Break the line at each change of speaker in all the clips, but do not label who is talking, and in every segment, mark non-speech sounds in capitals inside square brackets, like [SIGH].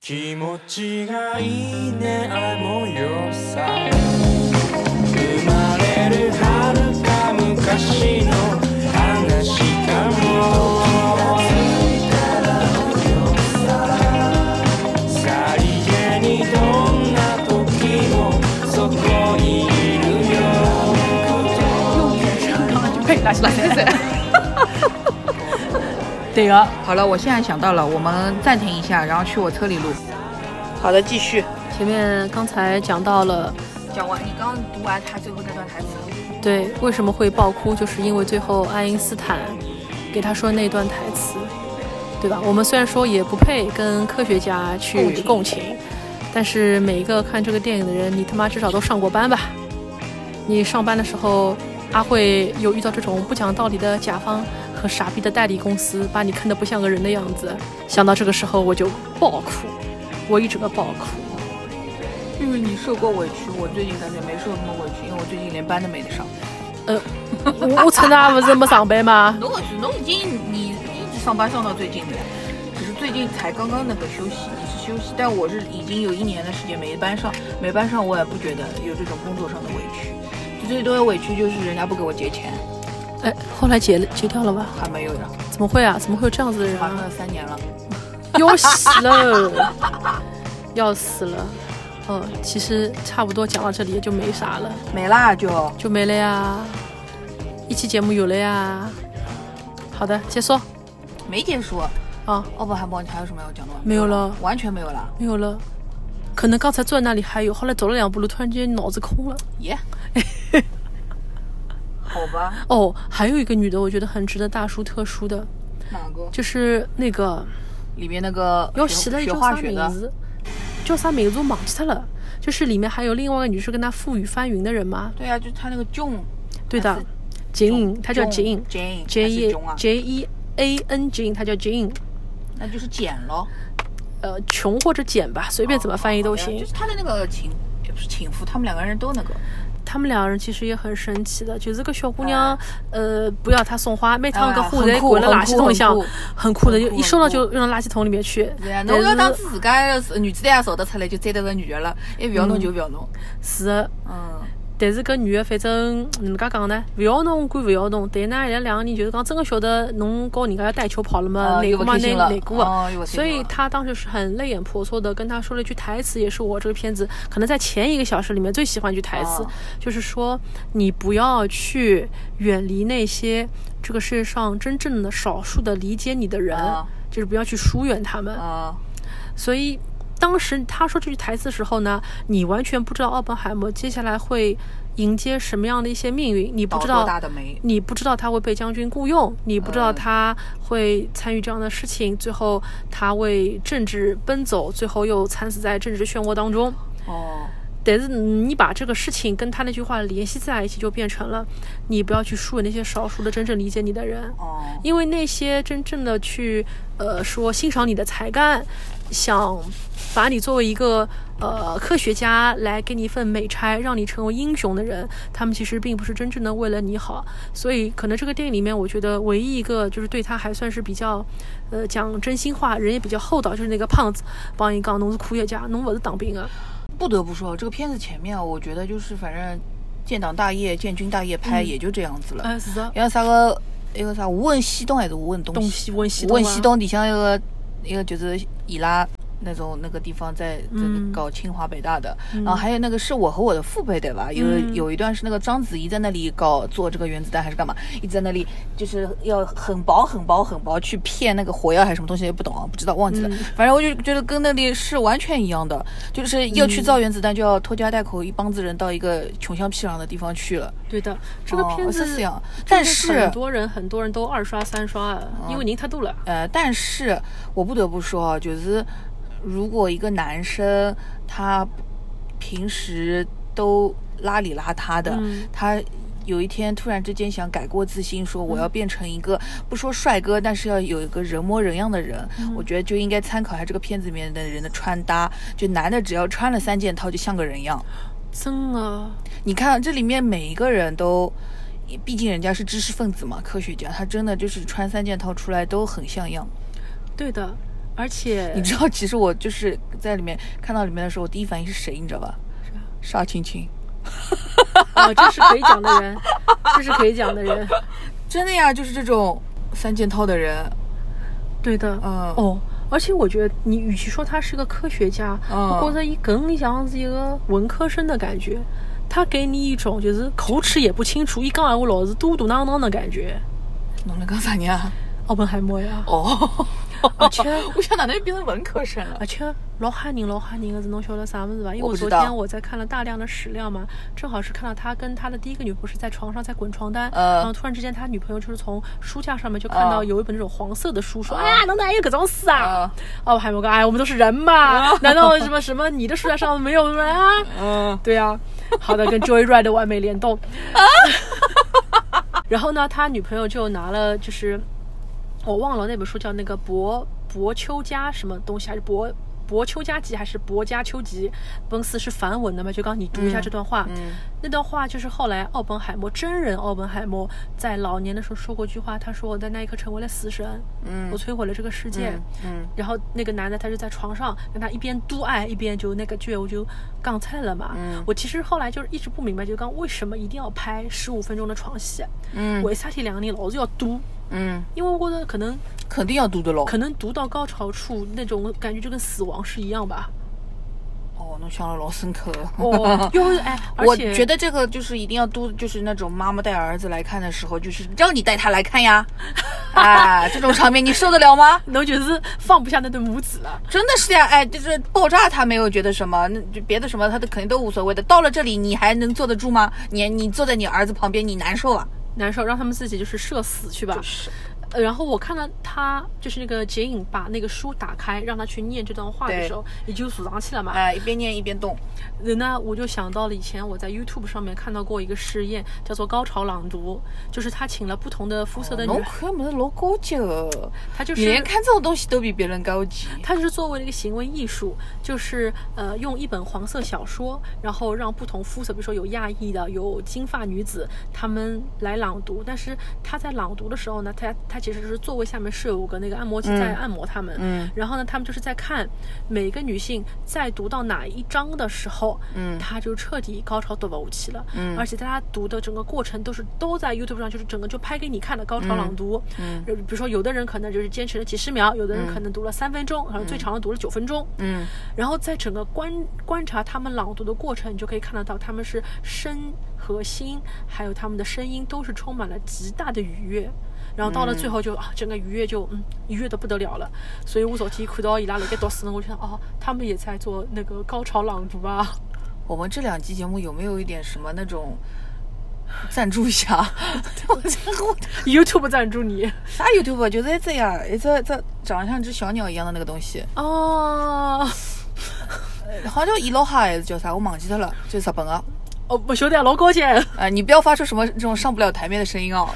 気持ちがいいね愛もよさ生まれる遥か昔の話かもさりげにどんな時もそこにいるよ
呸，拉稀拉稀拉稀。对
啊
个， [LAUGHS] 好了，我现在想到了，我们暂停一下，然后去我车里录。
好的，继续。
前面刚才讲到了，
讲完，你刚读完他最后那段台词，
对，为什么会爆哭，就是因为最后爱因斯坦给他说那段台词，对吧？我们虽然说也不配跟科学家去共情，但是每一个看这个电影的人，你他妈至少都上过班吧？你上班的时候，阿慧有遇到这种不讲道理的甲方和傻逼的代理公司，把你坑得不像个人的样子。想到这个时候，我就爆哭，我一整个爆 [LAUGHS] 哭。
因为你受过委屈，我最近感觉没受那么委屈，因为我最近连班都没得上。
我我趁他不是没上班吗？
侬是侬已经你一直上班上到最近的呀，只是最近才刚刚那个休息，你是休息，但我是已经有一年的时间没班上，没班上我也不觉得有这种工作上的委屈，最多的委屈就是人家不给我结钱，
哎，后来结了结掉了吧？
还没有呢，
怎么会啊？怎么会有这样子的人
马上
啊？
要三年了。
要死了，要死了。嗯，其实差不多讲到这里也就没啥了，
没啦就
就没了呀。一期节目有了呀。好的，结束。
没结束。
啊，
奥本海默，你还有什么要讲的吗？
没有了，
完全没有了。
没有了。可能刚才坐在那里还有，后来走了两步路，突然间脑子空了。 [LAUGHS]
耶、好吧，
哦，还有一个女的，我觉得很值得大书特书的，
哪个？
就是那个
里面那个
要
学
洗了
学
叫
化
啥
学
名
的，
字？叫啥名字我忘记掉了。就是里面还有另外一个女是跟他覆雨翻云的人嘛？
对呀、啊就他那个 John，
对的
还是，
景，她叫景
Jane
，J
还是
E
John 啊
J E A N 景，她叫景，
那就是简咯，
呃，穷或者简吧，随便怎么翻译都
哦好的呀
行
就。是他的那个情，也不是情妇，他们两个人都那个，
他们两人其实也很神奇的，就是个小姑娘，呃，不要她送花，每趟搿
哎
花
很
侪
酷
滚了
很
垃圾
酷
桶里
很
向
酷，
很酷的，就
很
一
酷
收到
很
就扔垃圾桶里面去。
对呀、侬
但
不要
是
当自自家的女子呀受得出来就追得个女人了，一不要弄就不要弄，
是的，
嗯，
但是搿女的反正哪能介讲呢？勿要侬管勿要侬，但呢，伊拉两个人就是讲真的晓得侬跟人家带球跑了嘛，
哦
难
又
过
不
嘛，
开
难
心了
难过啊
哦又不开心
所以
了
她当时是很泪眼婆娑的跟他说了一句台词，也是我这个片子可能在前一个小时里面最喜欢一句台词，
哦
就是说你不要去远离那些这个世界上真正的少数的理解你的人，
哦
就是不要去疏远他们。
嗯，
所以当时他说这句台词的时候呢，你完全不知道奥本海默接下来会迎接什么样的一些命运，你不
倒
知
多
道。
大的霉，
你不知道他会被将军雇佣，你不知道
嗯
他会参与这样的事情，最后他为政治奔走，最后又惨死在政治漩涡当中。
哦，
但是你把这个事情跟他那句话联系在一起，就变成了你不要去疏远那些少数的真正理解你的人。
哦，
因为那些真正的去呃说欣赏你的才干，想把你作为一个呃科学家来给你一份美差，让你成为英雄的人，他们其实并不是真正的为了你好。所以可能这个电影里面，我觉得唯一一个就是对他还算是比较呃讲真心话，人也比较厚道，就是那个胖子帮伊讲，侬是科学家，侬勿是当兵的、啊
不得不说，这个片子前面啊，我觉得就是反正建党大业、建军大业拍也就这样子了。
哎，是的，
像啥个那个啥，无问西东还是无问东
东西文西
无
东、啊，
问西东底下那个那个就是伊拉那种那个地方在在
嗯
搞清华北大的，
嗯
然后还有那个是我和我的父辈对吧？有、
嗯
有一段是那个章子怡在那里搞做这个原子弹还是干嘛，一直在那里就是要很薄很薄很薄去骗那个火药还是什么东西也不懂啊，不知道忘记了。
嗯
反正我就觉得跟那里是完全一样的，就是要去造原子弹就要拖家带口一帮子人到一个穷乡僻壤的地方去了。
对的，这个
哦
片子。
是这样，但哦
很多人很多人都二刷三刷啊，因为人太多了。
呃，但是我不得不说啊，就是如果一个男生他平时都邋里邋遢的，
嗯
他有一天突然之间想改过自新，说我要变成一个、不说帅哥，但是要有一个人模人样的人，我觉得就应该参考一下这个片子里面的人的穿搭，就男的只要穿了三件套就像个人样。
真的，
你看这里面每一个人都，毕竟人家是知识分子嘛，科学家，他真的就是穿三件套出来都很像样。
对的。而且
你知道，其实我就是在里面看到里面的时候，我第一反应是谁，你知道吧？沙青青，
啊，这是可以讲的人，这是可以讲的人，
真的呀，就是这种三件套的人，
对的，
嗯
哦。而且我觉得，你与其说他是个科学家，
嗯
我觉得伊更像是一个文科生的感觉。他给你一种就是口齿也不清楚，一讲闲话老是嘟嘟囔囔的感觉。
侬能干啥呀？
奥本海默呀，
哦， [LAUGHS]
而且
我想哪能变成文科生了
而？且老吓人老吓人的是，侬晓得啥么子吧？因为
我不
昨
知道
天我在看了大量的史料嘛，正好是看到他跟他的第一个女博士在床上在滚床单，
呃
然后突然之间他女朋友就是从书架上面就看到
啊
有一本那种黄色的书，说、
啊
哎呀，能哪有各种事啊
啊？
哦，海默哥，哎，我们都是人嘛，难道什么什么你的书架上没有人啊？
嗯，
对啊，好的，跟 Joyride 的完美联动。
啊
[LAUGHS] 然后呢，他女朋友就拿了，就是我忘了那本书叫那个博博丘加什么东西，还是博博丘加集还是博加丘集？奔四是梵文的嘛？就刚刚你读一下这段话，
嗯
那段话就是后来奥本海默真人奥本海默在老年的时候说过一句话，他说我在那一刻成为了死神，
嗯
我摧毁了这个世界，
嗯
然后那个男的他就在床上跟他一边嘟爱一边就那个剧我就杠菜了嘛。
嗯
我其实后来就是一直不明白，就刚为什么一定要拍十五分钟的床戏？
嗯
为啥体两个人老是要嘟？
嗯，
因为我觉得可能
肯定要读的咯。
可能读到高潮处那种感觉就跟死亡是一样
[LAUGHS]
吧。
哦，侬想了老深刻。
哦，因为哎，而
嗯我
且
觉得这个就是一定要都，就是那种妈妈带儿子来看的时候，就是让你带他来看 [LAUGHS] 呀，哎，这种场面你受得了吗？
侬就是放不下那对母子了。
真的是呀，哎，就是爆炸他没有觉得什么，那就别的什么他都肯定都无所谓的。到了这里你还能坐得住吗？你你坐在你儿子旁边你难受啊？
难受，让他们自己就是社死去吧。
是，
呃然后我看到他就是那个杰影把那个书打开，让他去念这段话的
对
时候，也就数上去了嘛。
哎，一边念一边动，
人呢，我就想到了以前我在 YouTube 上面看到过一个试验，叫做高潮朗读，就是他请了不同的肤色的女
侬
孩，
看么子老高级的，
他就
哦你连
是
看这种东西都比别人高级。
他就是作为了一个行为艺术，就是呃用一本黄色小说，然后让不同肤色，比如说有亚裔的，有金发女子，他们来朗读。但是他在朗读的时候呢，他他其实是座位下面是有个那个按摩机在按摩他们，
嗯
然后呢，他们就是在看每个女性在读到哪一章的时候，
嗯
她就彻底高潮夺宝器了，
嗯
而且在她读的整个过程都是都在 YouTube 上，就是整个就拍给你看的高潮朗读，
嗯
呃比如说有的人可能就是坚持了几十秒，有的人可能读了三分钟，可能最长的读了九分钟，
嗯
然后在整个观观察他们朗读的过程，你就可以看得到他们是身和心，还有他们的声音都是充满了极大的愉悦。然后到了最后就、啊，整个愉悦就嗯愉悦的不得了了。所以我昨天看到伊拉辣盖读书呢，我就想哦，他们也在做那个高潮朗读啊。 [LAUGHS]
我们这两期节目有没有一点什么那种赞助一 [LAUGHS] 下？哎我我
YouTube 赞助你
啥 YouTube 就是一只呀，一只一只长得像只小鸟一样的那个东西，
哦，
好像叫伊洛哈还是叫啥，我忘记掉了，就是日本的。
哦，不晓得啊老高姐，
呃，你不要发出什么这种上不了台面的声音哦。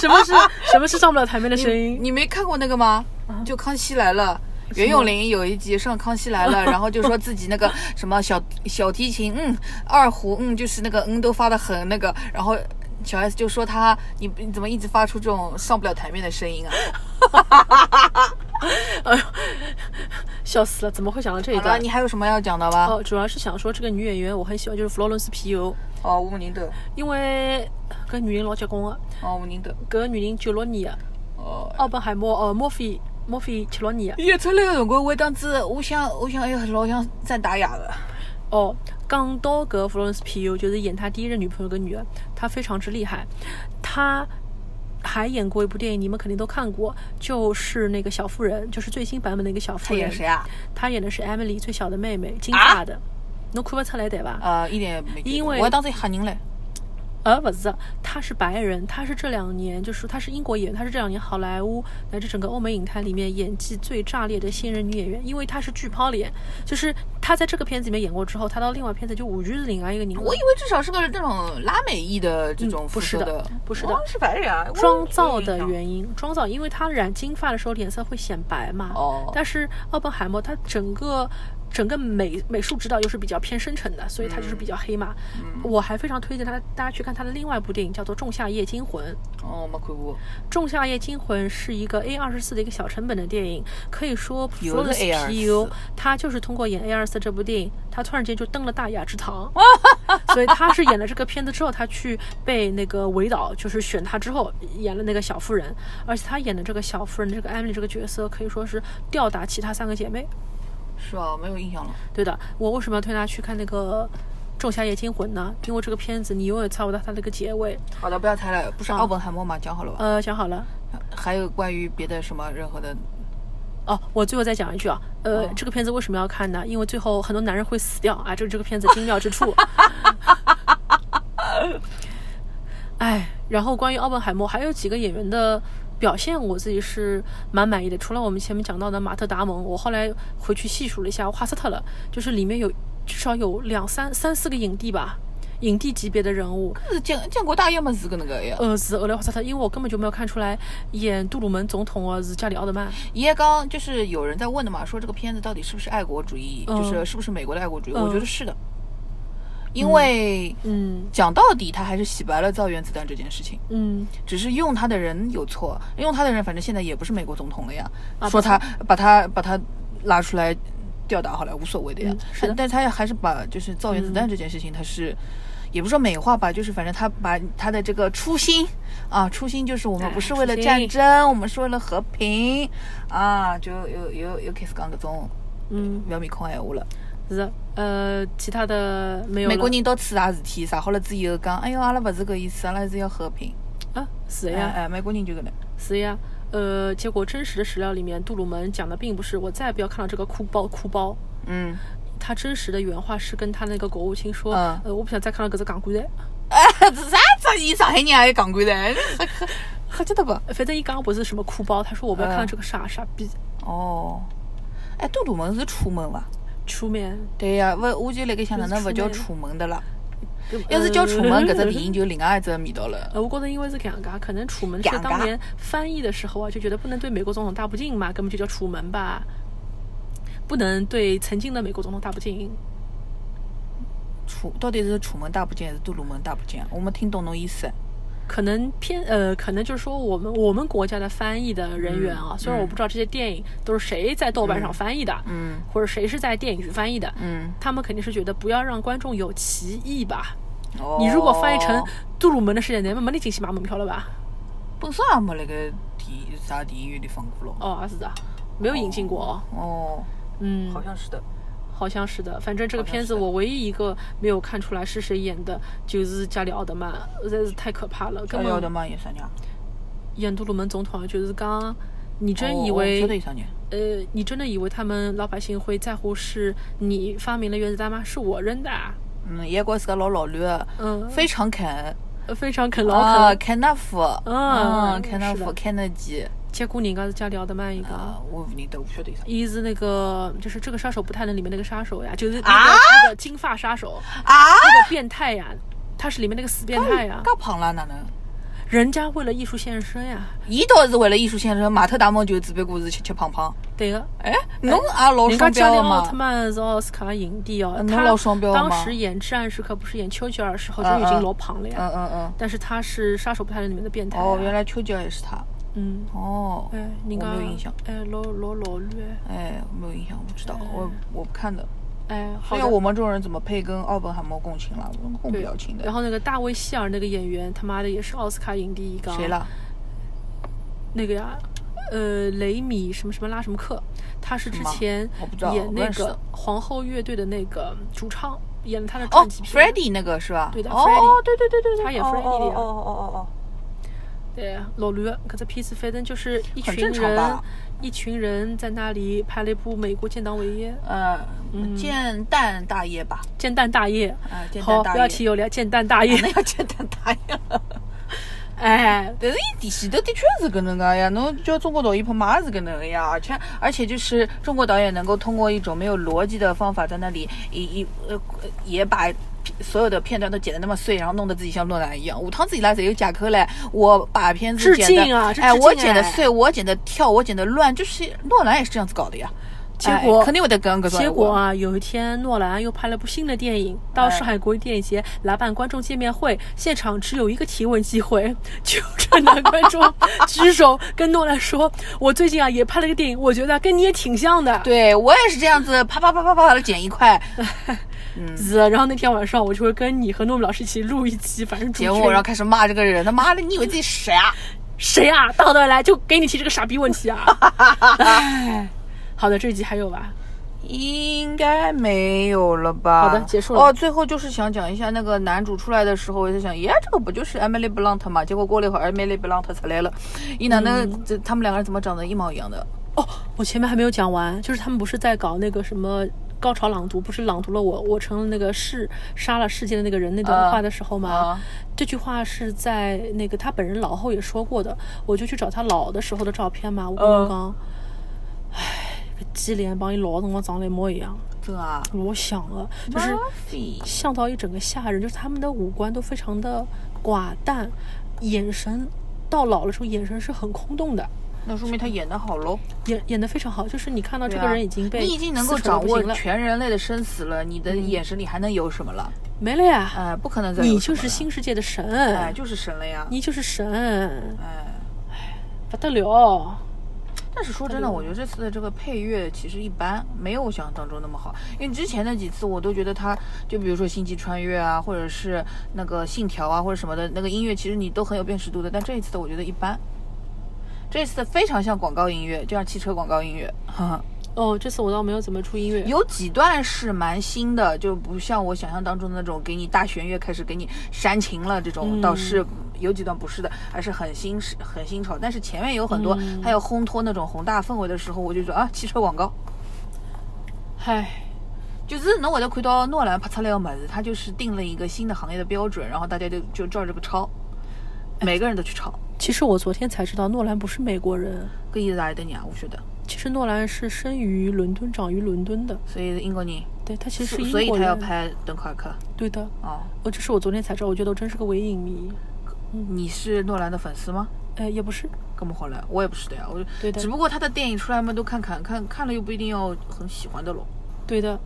什么是 [LAUGHS] 什么是上不了台面的声音？
你没看过那个吗？
啊
就《康熙来了》。袁咏琳有一集上《康熙来
[LAUGHS]
了》，然后就说自己那个什么小小提琴，嗯，二胡，嗯，就是那个嗯都发的很那个，然后小 S 就说他你你怎么一直发出这种上不了台面的声音啊？
哎 [LAUGHS] 笑死了，怎么会想到这一
好了，
段
你？还有什么要讲的吧？
哦，主要是想说这个女演员我很喜欢，就是弗洛伦斯皮尤，
哦，吴宁德，
因为搿女人老结棍的，
哦，吴宁德，
搿女人九六年的，
哦。
奥本海默呃墨菲墨菲七六年的，
演出来个辰光，我当时我想，我想，哎呀，老想赞达雅的。
哦，讲到搿弗洛伦斯皮尤，就是演他第一任女朋友搿女的，她非常之厉害，她。还演过一部电影，你们肯定都看过，就是那个小妇人，就是最新版本的一个小妇
他
人。
演谁？啊？
她演的是 Emily 最小的妹妹，金发的，侬看不出来对吧？
呃，一点也没觉得。
因为
我当时吓人嘞。
呃，不是，他是白人，他是这两年就是他是英国演员，他是这两年好莱坞乃至整个欧美影坛里面演技最炸裂的新人女演员，因为她是巨抛脸，就是她在这个片子里面演过之后，她到另外片子就完全是另外一个人了。
我以为至少是个那种拉美裔的这种
嗯
肤
不是
色
的不是的
哦是白人啊，
妆造的原因，妆造，因为她染金发的时候脸色会显白嘛。
哦
但是奥本海默他整个整个美美术指导又是比较偏深沉的，所以他就是比较黑嘛。我还非常推荐他大家去看他的另外一部电影，叫做《仲夏夜惊魂》。
哦，没看过，
《仲夏夜惊魂》是一个 A 二十四的一个小成本的电影，可以说
有
Florence
个 A24
Pugh 他就是通过演 A 二四这部电影，他突然间就登了大雅之
[LAUGHS]
堂，所以他是演了这个片子之后，他去被那个围导，就是选他之后演了那个小妇人，而且他演的这个小妇人这个艾米丽这个角色可以说是吊打其他三个姐妹。
是吧？没有印象了。
对的，我为什么要推大家去看那个《仲夏夜惊魂》呢？因为这个片子你永远猜不到它那个结尾。
好的，不要猜了，不是奥本海默嘛，讲好了吧？
呃，想好了。
还有关于别的什么任何的，
哦，我最后再讲一句啊，呃，
哦
这个片子为什么要看呢？因为最后很多男人会死掉啊，这是这个片子精妙之处。 [LAUGHS] 哎，然后关于奥本海默，还有几个演员的表现，我自己是蛮满意的。除了我们前面讲到的马特·达蒙，我后来回去细数了一下，花斯特了，就是里面有至少有两三三四个影帝吧，影帝级别的人物。
是建建国大业嘛，是搿能个呀。
呃，是后来花斯特，因为我根本就没有看出来演杜鲁门总统哦、是加里·奥德曼。
伊也刚就是有人在问的嘛，说这个片子到底是不是爱国主义，
嗯
就是是不是美国的爱国主义？
嗯
我觉得是的，因为
嗯
讲到底，他还是洗白了造原子弹这件事情。
嗯，
只是用他的人有错，用他的人反正现在也不是美国总统了呀，
啊
说他把他把他拉出来吊打好了，无所谓的呀。
嗯是的
但但他还是把就是造原子弹这件事情，他是。也不是说美化吧，就是反正他把他的这个初心啊，初心就是我们
哎
不是为了
初心
战争，我们是为了和平啊，就有有有开始讲搿种
嗯，
不要面孔闲话了。
是的，呃，其他的没有了。
美国人到处啥事体，啥好了之后讲，哎哟，阿拉勿是搿意思，阿拉是要和平。
啊，是
哎
呀，
哎，美国人就搿能。
是呀。呃，结果真实的史料里面，杜鲁门讲的并不是我再也不要看到这个哭包哭包。
嗯，
他真实的原话是跟他那个国务卿说，
嗯
呃，我不想再看到搿只港官了。
这啥子？伊上海人也有讲过的，还记得不？
呃反正一讲不是什么哭包，他说我不要看到
嗯
这个傻傻逼
哦，哎，杜鲁门是楚门伐？
出面。
对呀、勿，我就辣盖想，哪能勿叫
就是
楚门的啦？要
要
是叫楚门，搿只电影就另外一只味道了。
[LAUGHS] 呃，我觉得因为是搿样噶，可能楚门是
搿样
当
噶
年翻译的时候啊，就觉得不能对美国总统大不敬嘛，根本就叫楚门吧，不能对曾经的美国总统大不敬。
楚到底是楚门大不敬还是杜鲁门大不敬啊？我没听懂侬意思。
可能偏呃，可能就是说我们我们国家的翻译的人员啊，虽然我不知道这些电影都是谁在豆瓣上翻译的，
嗯
或者谁是在电影局翻译的，
嗯，
他们肯定是觉得不要让观众有歧义吧。
哦
你如果翻译成杜鲁门的事件，你们没得进去买门票了吧？
本身也没辣盖电啥电影院里放过咯。
哦，是的，没有引进过哦。
哦，
嗯，
像是的。
好像是的。反正这个
好像
片子
是的
我唯一一个没有看出来是谁演的，就是加里奥德曼，实在是太可怕了，
加
根
里奥德
本
曼有啥人啊？
演杜鲁门总统啊就是刚。你真
哦
以
我
为、
晓得有啥人？
呃，你真的以为他们老百姓会在乎是你发明了原子弹吗？是我扔的啊，
嗯，伊还觉得自家老老卵的，
嗯，
非常肯。
非常啃老啃。
啊，肯纳夫，
嗯
嗯，肯纳
是
夫，
的
肯德基，
结果人家是加里奥德曼一个，
啊，我不认得，我不晓得有啥。
伊是那个就是这个杀手不太冷里面那个杀手呀，就是那个、那个金发杀手，
啊，
那个变态呀，他是里面那个死变态呀，
噶胖了哪能？
人家为了艺术献身呀，
伊倒是为了艺术献身，马特·达蒙就只不过是吃吃胖胖。
对啊个。
哎，侬也老
人家
双
加里
标
奥特
嘛？
曼是奥斯卡影帝哦，
嗯
他
老双标
当
嘛
时演《至暗时刻》不是演丘吉尔的时候就
嗯
已经
嗯
老胖了呀，
嗯嗯嗯。
但是他是《杀手不太冷》里面的变哎态呀、
哦，原来丘吉尔也是他。
嗯，
哦，
哎，人
我
家
没有印象。
哎，老老老绿哎，
哎，没有印象，我不知道，我我不看的。
哎，好
所以
的。
我们这种人怎么配跟奥本海默共情了？我们共不
对
了情的
然。后那个大卫希尔那个演员，他妈的也是奥斯卡影帝一个。啊
谁？了？
那个呀，呃，雷米什么什么拉什么克，他是之
什么
前
我不知道
演
我不
那
认识
个皇后乐队的那个主唱，演了他的
哦
传记片。
，Freddy 那个是吧？
对的
哦
Freddy，
对对对对对，
他演
哦
Freddy 的呀
哦哦哦哦哦。
对，老驴，搿只片子反正就是一
很
群
正常
人
吧，
一群人在那里拍了一部美国建党伟业，
呃，建蛋大业吧，
建蛋大业。
啊，建
嗯好，
蛋
不
大
要
业，
提有了，建蛋大
[LAUGHS]
业。
那要建蛋大业了。
哎，
但是伊前前头的确是搿能介呀，侬叫中国导演拍嘛也是搿能个呀，而且而且就是中国导演能够通过一种没有逻辑的方法在那里一一呃也把。所有的片段都剪得那么碎，然后弄得自己像诺兰一样。下趟子伊拉侪有借口唻，我把片子
致
剪的，
敬啊这
哎，
致
我
敬
剪的
哎
碎，我剪的跳，我剪的乱，就是诺兰也是这样子搞的呀。
结果、
哎肯定会得跟个
结果啊，有一天诺兰又拍了部新的电影，
哎
到上海国际电影节来办观众见面会，现场只有一个提问机会，就是男观
[LAUGHS]
众举手跟诺兰说：“我最近啊也拍了个电影，我觉得跟你也挺像的。”
对我也是这样子，啪啪啪啪啪的剪一块
子，然后那天晚上我就会跟你和诺米老师一起录一期，反正主 [LAUGHS]
节
角
目，然后开始骂这个人，他妈的，你以为自己谁啊？
谁啊，大头的来就给你提这个傻逼问
[LAUGHS]
题啊！唉好的，这一集还有吧？
应该没有了吧？
好的结束了
哦，最后就是想讲一下那个男主出来的时候，我就想，耶，这个不就是 Emily Blunt 嘛？结果过了一会儿，Emily Blunt 才来了。一男的，
嗯
这他们两个人怎么长得一模一样的？
哦，我前面还没有讲完，就是他们不是在搞那个什么高潮朗读，不是朗读了我，我成了那个世杀了世界的那个人那段
啊
话的时候吗？
啊
这句话是在那个他本人老后也说过的，我就去找他老的时候的照片
嗯
嘛，我跟侬讲，唉，个鸡脸帮伊老的辰光长得一模一样，
这啊，
我想了，就是。
Buffy
像到一整个吓人，就是他们的五官都非常的寡淡，眼神到老了之后眼神是很空洞的，
那说明他演的好喽。
演演的非常好，就是你看到这
对啊
个人已经被、
你已经能够掌握
了，
全人类的生死了，你的眼神里还能有什么了？
没了呀，
哎，不可能再有
你
什
就
么
是
了，
新世界的神，
哎，就是神了呀。
你就是神，
哎，
不得了。
但是说真的，我觉得这次的这个配乐其实一般，没有我想象当中那么好。因为之前的几次我都觉得它，就比如说《星际穿越》啊，或者是那个《信条》啊，或者什么的那个音乐，其实你都很有辨识度的。但这一次的我觉得一般，这一次的非常像广告音乐，就像汽车广告音乐。哈哈。
哦，这次我倒没有怎么出音乐，
有几段是蛮新的，就不像我想象当中的那种给你大弦乐开始给你煽情了这种，
嗯
倒是有几段不是的，还是很新很新潮。但是前面有很多，
嗯
还有烘托那种宏大氛围的时候，我就说啊，汽车广告。
唉，
就是侬会得看到诺兰拍出来的么子，他就是定了一个新的行业的标准，然后大家就就照这个抄，每个人都去抄。
其实我昨天才知道诺兰不是美国人，
搿意思哪里的人啊？我不晓得。
其实诺兰是生于伦敦，长于伦敦的，
所以是英国人，
对他其实是
所
英
所以
国
他
人，
要拍《敦刻尔克》
对的，
哦。
哦，这是我昨天才知道，我觉得我真是个伪影迷，
你是诺兰的粉丝吗？
呃，也不是，
根本好了，我也不是的呀，我就
对的
只不过他的电影出来嘛，都看看看看了又不一定要很喜欢的咯。
对的。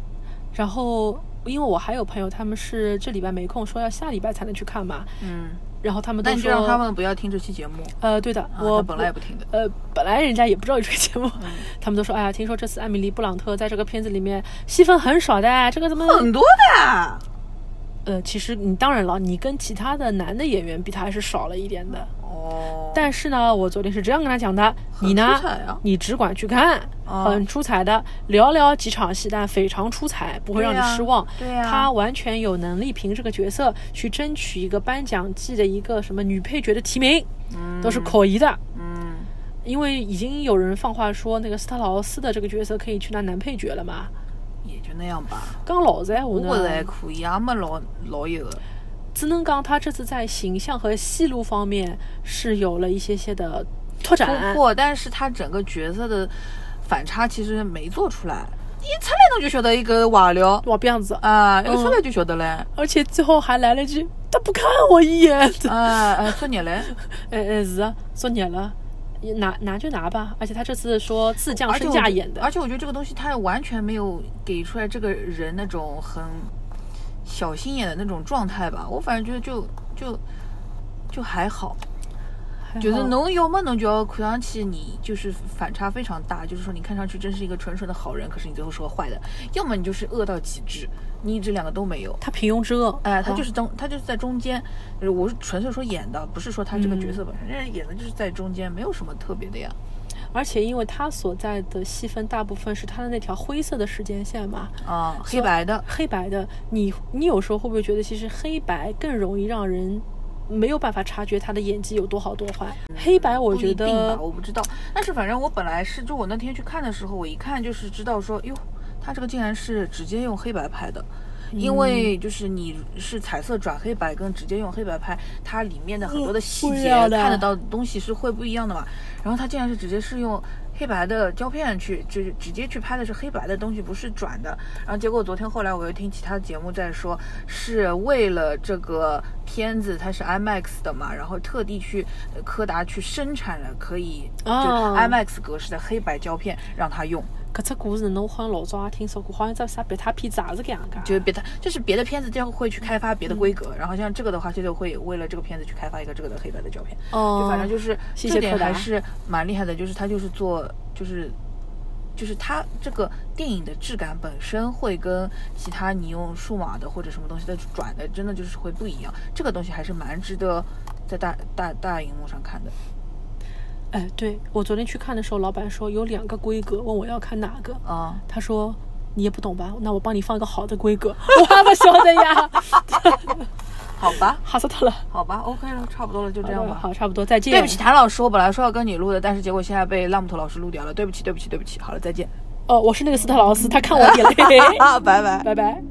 然后，因为我还有朋友，他们是这礼拜没空，说要下礼拜才能去看嘛。
嗯，
然后他们都
那你就
说，
让他们不要听这期节目，
呃，对的，
啊，
我
他本来也不嗯听的。
呃，本来人家也不知道有这个节目， [LAUGHS] 他们都说，哎呀，听说这次艾米丽·布朗特在这个片子里面戏份很少的，这个怎么？
很多的，
呃，其实你当然了，你跟其他的男的演员比，他还是少了一点的。
哦，
但是呢，我昨天是这样跟他讲的，你呢
出彩啊，
你只管去看，
哦
很出彩的，寥寥几场戏，但非常出彩，不会让你
对呀
失望。
对呀
他完全有能力凭这个角色去争取一个颁奖季的一个什么女配角的提名，都是可疑的。
嗯，
因为已经有人放话说，那个斯特劳斯的这个角色可以去拿男配角了嘛。
也就那样吧。
刚老在我呢，
我觉得还可以，也没老老有的。
只能讲他这次在形象和戏路方面是有了一些些的拓展。
突破，但是他整个角色的反差其实没做出来，一出来侬就晓得一个瓦聊
哇，这样子，
啊，一出
嗯
来就晓得嘞，
而且最后还来了一句“他不看我一眼”， [LAUGHS]
啊啊，作孽嘞。
哎哎是啊，作孽了，也拿拿就拿吧。而且他这次说自降
而且
身
我
价
觉
演的
而，且我觉得这个东西他完全没有给出来这个人那种很小心眼的那种状态吧。我反正觉得就就就还好，
还
就是
好
侬要么侬就要看上去你就是反差非常大，就是说你看上去真是一个纯纯的好人，可是你最后是个坏的；要么你就是恶到极致，你这两个都没有。
他平庸之恶，啊
哎，他就是是中，他就是在中间。就是我是纯粹说演的，不是说他这个角色本身，人家演的就是在中间，没有什么特别的呀。
而且因为他所在的戏份大部分是他的那条灰色的时间线嘛，
啊，黑白的，
黑白的，你你有时候会不会觉得，其实黑白更容易让人没有办法察觉他的演技有多好多坏？黑白我
不
觉
一定吧，
得，
我不知道。但是反正我本来是，就我那天去看的时候，我一看就是知道说，哟，他这个竟然是直接用黑白拍的。因
嗯
为就是你是彩色转黑白跟直接用黑白拍，它里面的很多的细
不一嗯
节
样的
看得到的东西是会不一样的嘛。然后它竟然是直接是用黑黑白的胶片去，就是直接去拍的是黑白的东西，不是转的。然后结果昨天后来我又听其他节目在说，是为了这个片子它是 IMAX 的嘛，然后特地去呃柯达去生产了可以就
哦
IMAX 格式的黑白胶片让他用，
搿只故事侬好像老早也听说过，好像只啥别他片子也是搿样噶。
就是别的就是别的片子就会去开发别的规格，然后像这个的话，这就会为了这个片子去开发一个这个的黑白的胶片。
哦
就反正就是
谢
这
谢
点
柯达
还是蛮厉害的，就是他就是做就是就是他这个电影的质感本身会跟其他你用数码的或者什么东西的转的，真的就是会不一样。这个东西还是蛮值得在大大大荧幕上看的。
哎，对我昨天去看的时候，老板说有两个规格，问我要看哪个。
啊、
他说你也不懂吧？那我帮你放一个好的规格。 [LAUGHS] 我还不晓得呀， [LAUGHS]
好吧，
吓死他了。
好吧，OK 了，差不多了，就这样吧。
好，差不多，再见。
对不起，谭老师，我本来说要跟你录的，但是结果现在被浪木头老师录掉了。对不起，对不起，对不起。好了，再见。 [LAUGHS]
哦，我是那个斯特劳斯，他看我眼泪。
啊，拜拜。
拜拜。